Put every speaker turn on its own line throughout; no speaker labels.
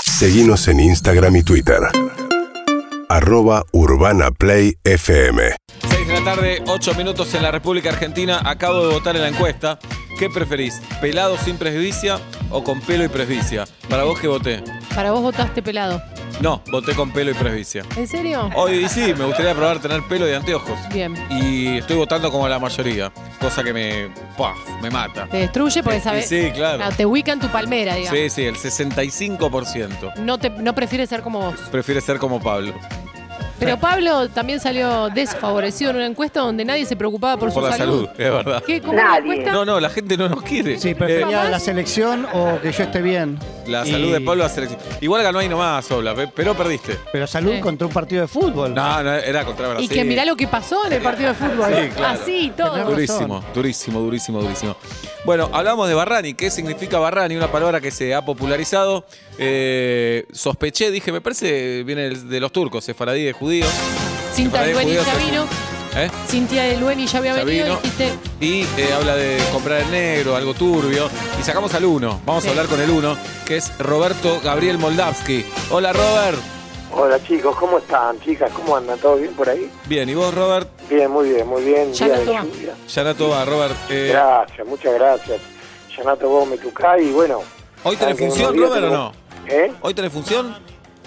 Seguimos en Instagram y Twitter. Arroba Urbana Play FM.
6 de la tarde, 8 minutos en la República Argentina. Acabo de votar en la encuesta. ¿Qué preferís? ¿Pelado sin presbicia o con pelo y presbicia? Para vos que voté.
Para vos votaste pelado.
No, voté con pelo y presbicia.
¿En serio?
Hoy sí, me gustaría probar tener pelo y anteojos.
Bien.
Y estoy votando como la mayoría, cosa que me, ¡paf! me mata.
Te destruye porque
Eh,
sabes. Ah,
sí, claro.
te ubican tu palmera, digamos.
Sí, sí, el 65%
No, te, no prefieres ser como vos.
prefiere ser como Pablo.
Pero Pablo también salió desfavorecido en una encuesta donde nadie se preocupaba por,
Por
su
la salud, es verdad.
¿Qué? ¿Cómo la
Nadie.
encuesta?
No, no, la gente no nos quiere.
Sí,
Eh,
prefería la selección o que yo esté bien.
la
Y-
salud de Pablo a selección. Igual ganó ahí nomás, Obla, pe- pero perdiste.
Pero salud
Sí.
contra un partido de fútbol.
No, no, era contra
Y
Brasil.
que mirá lo que pasó en el partido de fútbol.
Sí, claro.
Así y todo.
Tenés
Durísimo, durísimo, durísimo, durísimo. Bueno, hablamos de Barrani. ¿Qué significa Barrani? Una palabra que se ha popularizado. Eh, sospeché, dije, me parece viene del- de los turcos, sefaradí de judíos.
Cintia
Sefaradí
del
de
Buen y
judíos
ya
es-
vino.
¿Eh?
Cintia del Buen y ya había
Ya
venido.
vino.
Dijiste,
Y eh, habla de comprar el negro, algo turbio. Y sacamos al uno. Vamos
Sí.
a hablar con el uno, que es Roberto Gabriel Moldavsky. Hola, Robert.
Hola chicos, ¿cómo están? Chicas, ¿cómo andan? ¿Todo bien por ahí?
Bien, ¿y vos, Robert?
Bien, muy bien, muy bien.
Ya
Día
la
de
tomás.
lluvia.
Yanato va, Robert. Eh,
Gracias, muchas gracias. Yanato Gómez me y bueno.
¿Hoy tenés
saben que
función,
unos días
Robert, o no?
tengo- ¿Eh?
¿Hoy tenés función?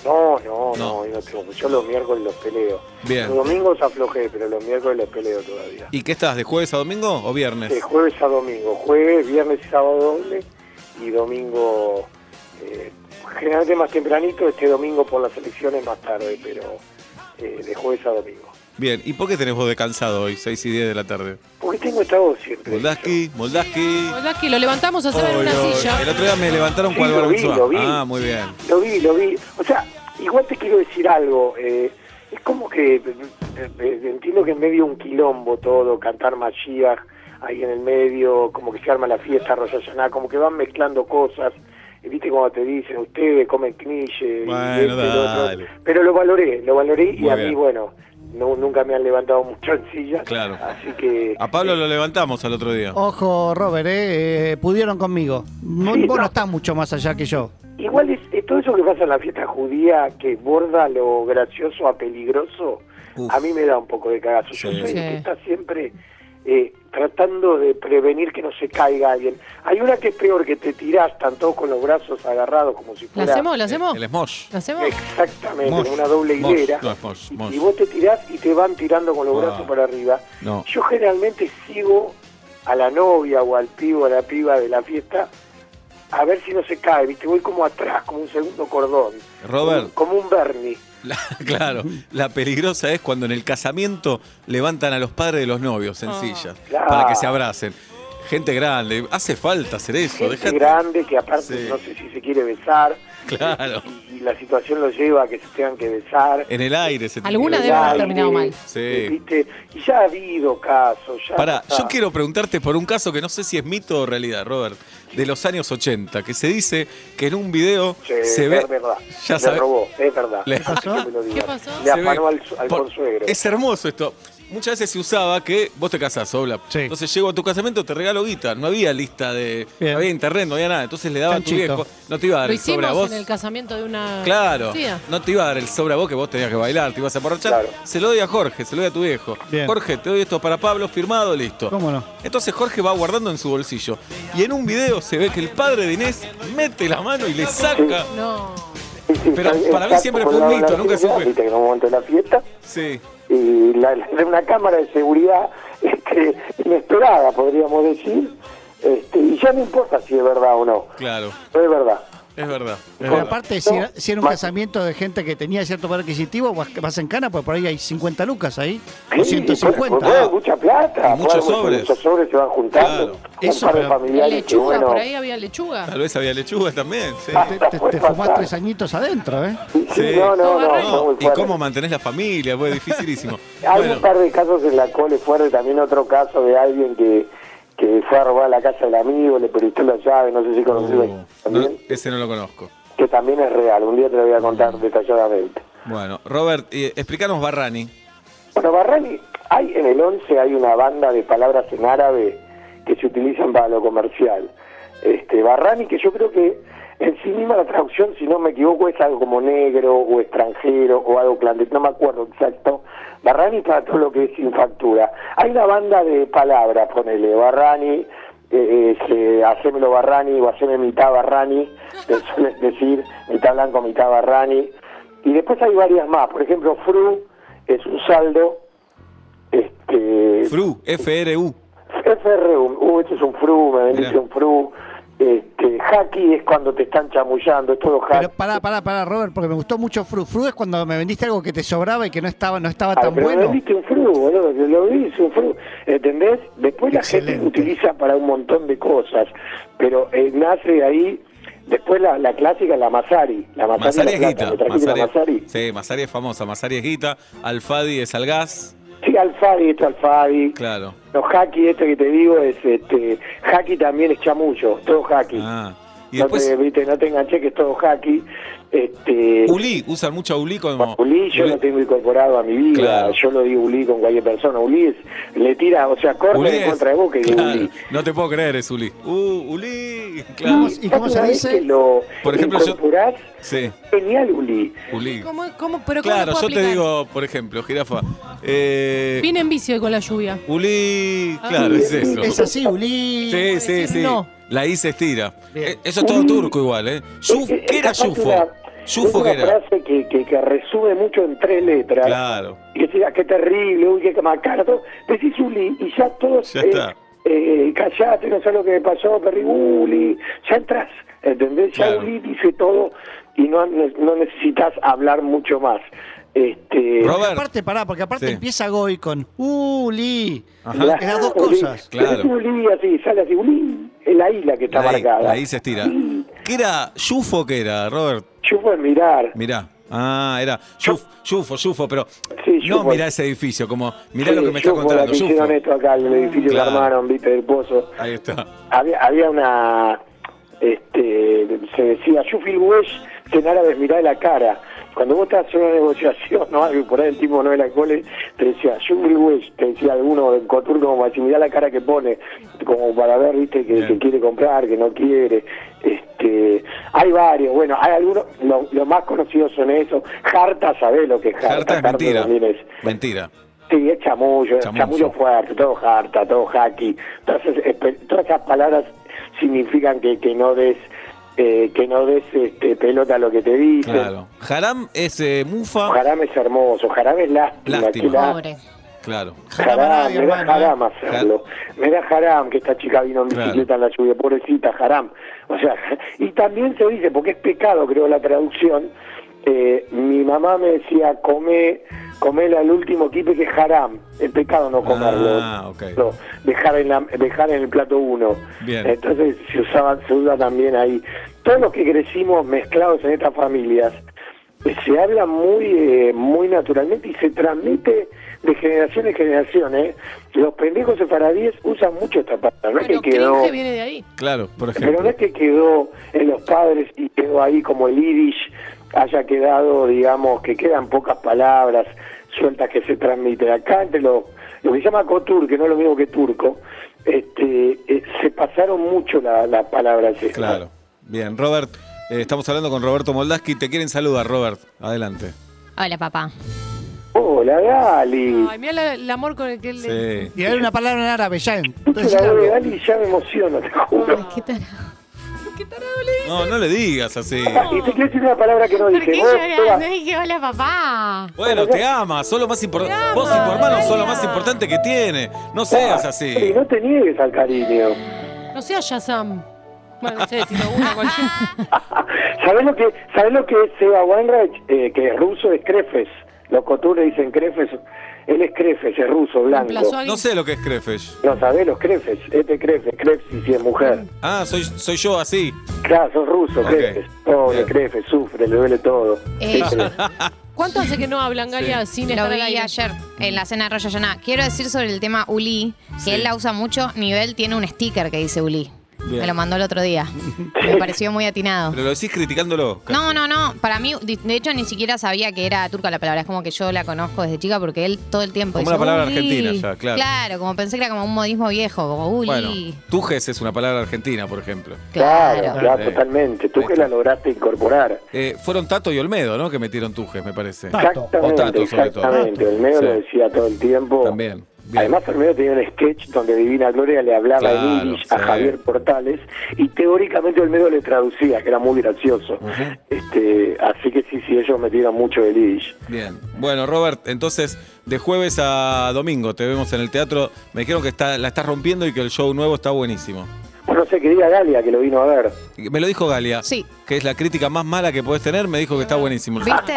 No, no,
No.
no, hoy no tengo. Yo los miércoles los peleo.
Bien.
Los domingos aflojé, pero los miércoles los peleo todavía.
¿Y qué estás, de jueves a domingo o viernes?
De jueves a domingo, jueves, viernes y sábado doble y domingo, eh, generalmente más tempranito, este domingo por las elecciones más tarde, pero eh, de jueves a domingo.
Bien, ¿y por qué tenés vos de cansado hoy, 6 y 10 de la tarde?
Porque tengo estado siempre.
Moldaski, Moldaski.
la verdad que lo levantamos a hacer en
Oy,
una
oy.
silla.
El otro día me levantaron
Sí,
cual
lo vi,
Barbuzoa.
lo vi.
Ah, muy bien.
Lo vi, lo vi. O sea, igual te quiero decir algo. eh, es como que eh, eh, entiendo que en medio un quilombo todo, cantar Mashiach ahí en el medio, como que se arma la fiesta, Rosh Hashanah, como que van mezclando cosas. Y Viste cuando te dicen, ustedes comen knille. y
Bueno,
esto y lo otro.
dale.
Pero lo valoré, lo valoré y
Muy
a
bien.
mí, bueno, no- nunca me han levantado mucho en silla.
Claro.
Así que...
A Pablo lo levantamos al otro
Oh,
día.
Ojo, Robert, eh, eh, pudieron conmigo. No-
Sí,
vos
no.
no estás mucho más allá que yo.
Igual es, es todo eso que pasa en la fiesta judía, que borda lo gracioso a peligroso,
Uf.
a mí me da un poco de cagazo. Yo
Sí.
soy el
Sí.
que está siempre eh, tratando de prevenir que no se caiga alguien. Hay una que es peor, que te tirás, están todos con los brazos agarrados como si
¿La
fuera...
hacemos? ¿La hacemos?
El Smosh.
¿La hacemos?
Exactamente,
Mosh,
con una doble
mosh,
hilera.
no, es mosh,
Y-
mosh.
Y, vos te tirás y te van tirando con los
Ah.
brazos para arriba.
No.
Yo generalmente sigo a la novia o al pibe o a la piba de la fiesta a ver si no se cae, ¿viste? Voy como atrás, como un segundo cordón.
Robert.
Como, como un Bernie.
La- claro, la peligrosa es cuando en el casamiento levantan a los padres de los novios en
Ah.
sillas
Claro.
para que se abracen. Gente grande, hace falta hacer eso.
Gente
dejate-
grande que aparte
Sí.
no sé si se quiere besar.
Claro.
Y, y la situación los lleva a que se tengan que besar.
En el aire se
Alguna
En el
debe haber
aire,
terminado mal.
Sí.
¿viste? Y ya ha habido casos. Ya
Pará,
está.
yo quiero preguntarte por un caso que no sé si es mito o realidad, Robert, de los años 80, que se dice que en un video
Sí,
se
es
ve.
verdad.
Ya
Le
sabe-
robó, es verdad.
Le-
Es que me lo digas.
¿Qué pasó?
Le
se ve-
afanó al, al
por-
consuegro.
Es hermoso esto. Muchas veces se usaba que vos te casás, Obla.
Sí.
Entonces llego a tu casamiento, te regalo guita. No había lista de.
Bien.
No había internet, no había nada. Entonces le daba a tu
Chanchito.
viejo. No te iba a dar
Lo
el sobre a vos.
hicimos en el casamiento de una.
Claro,
conocida.
no te iba a dar el sobre a vos que vos tenías que bailar, te ibas a emborrachar.
Claro.
Se lo doy a Jorge, se lo doy a tu viejo.
Bien.
Jorge, te doy esto para Pablo, firmado, listo.
¿Cómo no?
Entonces Jorge va guardando en su bolsillo. Y en un video se ve que el padre de Inés mete la mano y le saca.
No.
Sí, sí,
pero
está-
para mí
está
siempre
por
fue
la
un mito,
hora de
nunca
la fiesta,
supe.
Viste que en un momento de la fiesta,
Sí.
y la, la- de una cámara de seguridad este, inesperada, podríamos decir. Este, y ya no importa si es verdad o no.
Claro,
No es verdad.
es verdad. es
Pero
verdad.
aparte, si era, si era un
Más-
casamiento de gente que tenía cierto poder adquisitivo, vas, vas en cana, pues por ahí hay 50 lucas ahí, o
Sí, pues,
150.
bueno, mucha plata.
Y muchos
bueno,
sobres.
Muchos sobres se van juntando.
Claro.
Eso,
un par de
pero-
La
familiares que,
lechuga,
bueno,
por ahí había lechuga.
Tal vez había lechuga también. sí.
pues, Ah,
Te, te- te fumás tres añitos adentro, ¿eh?
sí,
Sí.
No, no, no.
No,
fue muy
¿Y
fuerte.
cómo mantenés la familia? Fue dificilísimo.
Hay
Bueno,
un par de casos en la cole fuerte, también otro caso de alguien que, que fue a robar la casa del amigo, le prestó la llave, no sé si conoces
uh,
también,
no, Mm. ese no lo conozco.
que también es real, un día te lo voy a contar detalladamente.
Bueno, Robert, eh, explicanos Barrani.
Bueno, Barrani, hay en el 11 hay una banda de palabras en árabe que se utilizan para lo comercial. Este, Barrani, que yo creo que En sí misma la traducción, si no me equivoco, es algo como negro o extranjero o algo clandestino, no me acuerdo exacto. Barrani para todo lo que es sin factura. Hay una banda de palabras, ponele, Barrani, eh, es, eh, hacémelo Barrani o haceme mitad Barrani, que suelen decir mitad blanco, mitad Barrani. Y después hay varias más, por ejemplo, Fru es un saldo, este,
Fru, F-R-U.
FRU, uh, esto es un fru, me bendice
Mirá.
un fru. Este, hacky es cuando te están chamullando, es todo hacky.
Pero pará, pará, pará, Robert, porque me gustó mucho Fru. Fru es cuando me vendiste algo que te sobraba y que no estaba, no estaba
Ah,
tan
pero me
bueno.
vendiste un fru, boludo, que lo hice un fru. ¿Entendés? Después la gente
Excelente.
lo utiliza para un montón de cosas, pero eh, nace de ahí. Después la, la clásica, la Masari. La Masari,
Masari es
la plata,
guita.
me trajiste la Masari.
sí, Masari es famosa. Masari es guita. Alfadi es algaz.
Sí, Alfadi, esto Alfadi.
Claro.
Los hacky, esto que te digo, es este. Hacky también es chamullo, todo hacky.
Ah. Y
no,
después,
te, viste, no te enganché, que es todo hacky. Este,
Uli. Usan mucho a Uli como.
Uli yo lo tengo incorporado a mi vida,
Claro.
yo lo digo Uli con cualquier persona, Uli es- le tira, o sea, corre
Uli
en
es-
contra de vos que digo
Claro,
Uli.
No te puedo creer, es Uli. Uh, Uli. Claro.
¿Y cómo se
Una vez
dice?
que lo
Por ejemplo, yo-
incorporás,
Sí,
genial Uli.
Uli.
¿Cómo, cómo, pero cómo
Claro,
lo
yo
puedo
te
aplicar?
digo, por ejemplo, jirafa. Eh,
Vine en vicio hoy con la lluvia.
Uli.
Ah.
Claro, es eso.
Es así, Uli.
Sí, sí,
decir
sí.
no.
La I se estira.
Bien.
Eh, Eso es todo
Uli.
turco igual, ¿eh? Yuf-
Es- es
¿Qué era
capaz que
Yufo?
una- es
Yufo
una
que era.
frase que, que, que resume mucho en tres letras.
Claro.
Y decís, ah, qué terrible, uy, qué macardo. Decís Uli y ya todos...
Ya
eh,
está.
eh, callate, no sé lo que me pasó, perdí Uli. Ya entras, ¿entendés? Ya
Claro.
Uli dice todo y no, no necesitas hablar mucho más. Este,
Porque
Robert.
aparte, pará, porque aparte
Sí.
empieza Goy con Uli.
Ajá.
Que las dos cosas.
Claro.
Pero es Uli así, sale así, Uli, es la isla que está
La I,
marcada.
la I se estira. ¿Qué era Yufo que era, Robert?
Yo puedo mirar.
Mirá. Ah, era Yuf- Yufo, Yufo, pero
Sí,
no
Yufo.
mirá ese edificio, como mirá lo
Sí,
que me está
Yufo, la
contando,
que hicieron
Yufo.
esto acá, el edificio
Claro.
que armaron, viste, del pozo.
Ahí está.
Había, había una. Este, se decía, Yufil Wesh, que en árabe es mirar la cara. Cuando vos estás en una negociación o algo, y por ahí el tipo no era alcohol, te decía, Yufil Wesh, te decía alguno en Coturno, como así, mirá la cara que pone, como para ver, viste, que,
Bien.
que quiere comprar, que no quiere. Este, hay varios, bueno, hay algunos, lo- los más conocidos son esos. Jarta, sabés lo que es Jarta.
Carta es
Jarta
mentira.
también es-
Mentira.
Sí, es chamullo,
Chamullo.
chamullo, fuerte, todo harta, todo hacky. Todas, esas espe- todas esas palabras significan que, que no des eh, que no des este, pelota a lo que te dicen.
Claro. Haram es eh, Mufa.
Jaram es hermoso, Jaram es lástima.
Lástima.
qué lá-
Pobre.
Claro.
Jaramanay,
Jaram, me da
hermano, ¿eh?
Jaram hacerlo. Me da Jaram que esta chica vino en
Claro.
bicicleta en la lluvia, pobrecita Jaram. O sea, y también se dice, porque es pecado, creo, la traducción. eh, mi mamá me decía, come, comela al último equipo que es Jaram. Es pecado no comerlo.
Ah, ok.
No, dejar, en la- dejar en el plato uno.
Bien.
Entonces se usaba, se usa también ahí. Todos los que crecimos mezclados en estas familias, eh, se habla muy, eh, muy naturalmente y se transmite de generación en generación. ¿eh? Los pendejos sefaradíes usan mucho esta palabra. No es
Bueno,
que quedó,
cringe viene de ahí.
Claro, por
pero no
ejemplo.
es que quedó en los padres y quedó ahí como el irish haya quedado, digamos, que quedan pocas palabras sueltas que se transmiten. Acá entre lo, lo que se llama cotur, que no es lo mismo que turco, este, eh, se pasaron mucho la- las palabras. esas.
Claro. Bien, Robert, eh, estamos hablando con Roberto Moldaski. Te quieren saludar, Robert. Adelante.
Hola, papá.
Hola, Gali.
Ay, mira la- el amor con el que él le...
Sí.
Y hay una palabra en árabe, pues ya.
Escucho
Entonces,
la voz de
algo.
Gali y ya me emociono, te juro.
¿Qué tal?
¿Qué tarado le
No, no le digas así.
Y te quiero decir una palabra que no
¿Por
dije.
qué
Vos,
lloras?
Seba,
No dije hola, papá.
Bueno, te ama, solo más importante. Vos y tu hermano son lo más importante que tiene. No seas así.
Y no te niegues al cariño.
No sea Shazam. Bueno, no sé, tipo uno cualquiera.
¿Sabés lo que, sabés lo que es Seba Weinreich? Eh, que es ruso, es Crefes. Los coturos dicen Crefes. Él es Crefes, es ruso, blanco.
Reemplazó a-
No sé lo que es Crefesh.
No sabés los Crefes. Este Crefes, Crefes si es mujer.
Ah, soy, soy yo así.
Claro, sos ruso,
Ok.
Crefes. Pobre
Bien.
Crefes, sufre, le duele todo.
Eh,
Crefes.
¿Cuánto hace que no hablan, Galia, sin
Lo
estar al
vi
aire?
ayer en la cena de Rosh Hashanah. Quiero decir sobre el tema Uli,
Sí.
que él la usa mucho. Nivel tiene un sticker que dice Uli.
Bien.
Me lo mandó el otro día. Me pareció muy atinado.
Pero lo decís criticándolo. casi.
No, no, no. Para mí, de de hecho, ni siquiera sabía que era turca la palabra. Es como que yo la conozco desde chica porque él todo el tiempo
Como
dice,
una palabra
"Uli".
argentina ya, claro.
Claro, como pensé que era como un modismo viejo, como Uli.
Bueno, tujes es una palabra argentina, por ejemplo.
Claro,
Claro.
claro,
Sí.
totalmente. Tú
Ahí
que
está.
la lograste incorporar.
Eh, fueron Tato y Olmedo, ¿no? Que metieron tujes, me parece. O
Tato.
Tato,
Exactamente,
sobre todo.
exactamente. El medio
Sí.
lo decía todo el tiempo.
También. Bien.
Además, Olmedo tenía un sketch donde Divina Gloria le hablaba
Claro,
en Irish a
sí.
Javier Portales y teóricamente Olmedo le traducía, que era muy gracioso.
Ujú.
este Así que sí, sí, ellos metieron mucho el Irish.
Bien. Bueno, Robert, entonces, de jueves a domingo te vemos en el teatro. Me dijeron que está, la estás rompiendo y que el show nuevo está buenísimo.
Bueno, no sé, que diga Galia, que lo vino a ver.
Y Me lo dijo Galia.
Sí.
Que es la crítica más mala que podés tener. Me dijo que está buenísimo. el show.
¿Viste?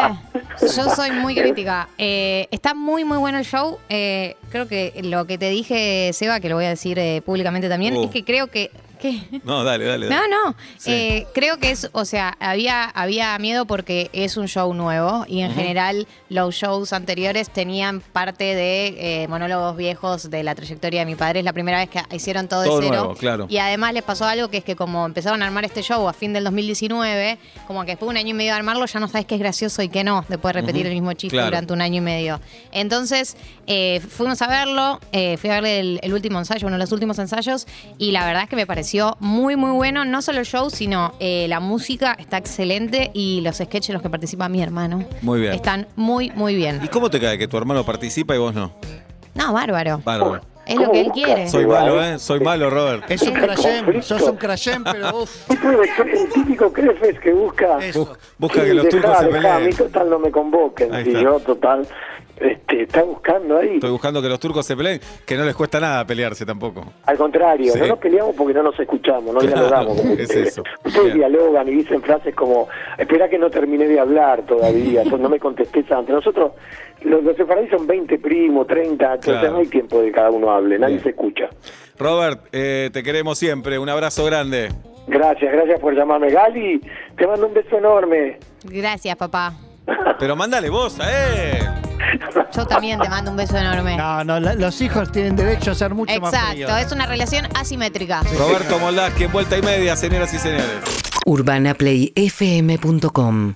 Yo soy muy crítica. Eh, está muy, muy bueno el show. Eh, creo que lo que te dije, Seba, que lo voy a decir eh, públicamente también,
Uh.
es que creo que... ¿Qué?
No, dale, dale.
No,
dale.
no.
Sí.
Eh, creo que es, o sea, había, había miedo porque es un show nuevo y en general los shows anteriores tenían parte de eh, monólogos viejos de la trayectoria de mi padre. Es la primera vez que hicieron todo,
Todo
de cero.
nuevo, claro.
Y además les pasó algo que es que como empezaron a armar este show a fin del 2019, como que después de un año y medio de armarlo ya no sabes qué es gracioso y qué no, después de repetir
Ujú,
el mismo chiste
claro.
durante un año y medio. Entonces, eh, fuimos a verlo, eh, fui a ver el, el último ensayo, uno de los últimos ensayos, y la verdad es que me pareció muy, muy bueno, no solo el show, sino eh, la música está excelente y los sketches en los que participa mi hermano
Muy bien.
están muy, muy
¿Y
bien.
cómo te cae que tu hermano participa y vos no?
No, bárbaro.
Bárbaro.
Es lo
¿Cómo
que él
busca?
quiere.
Ah, Soy malo, ¿eh? Soy malo, Robert.
Es un
Qué
crayem,
conflicto.
sos un crayem, pero uff.
Tipo de cre- El típico Crefes que busca.
Es-
Bus- busca
Sí,
que los
dejá,
turcos se
dejá, A mí
peleen.
total no me convoquen.
Ahí
Y
está.
yo total este, está buscando ahí.
Estoy buscando que los turcos se peleen, que no les cuesta nada pelearse tampoco.
Al contrario,
Sí.
no nos peleamos porque no nos escuchamos, no
Claro,
dialogamos. como
es
ustedes.
eso.
Ustedes
Bien.
dialogan y dicen frases como, espera que no terminé de hablar todavía, entonces no me contestes antes. Nosotros, los, los separadís son 20 primos, 30, entonces
Claro.
no hay tiempo de que cada uno hable, nadie
Bien.
se escucha.
Robert, eh, te queremos siempre. Un abrazo grande.
Gracias, gracias por llamarme. Gali, te mando un beso enorme.
Gracias, papá.
Pero mándale vos a él.
Yo también te mando un beso enorme.
No, no, la- los hijos tienen derecho a ser mucho más ¿eh? fríos.
Exacto, es una relación asimétrica.
Roberto Moldaz, que en vuelta y media, señoras y señores.
urbanaplayfm.com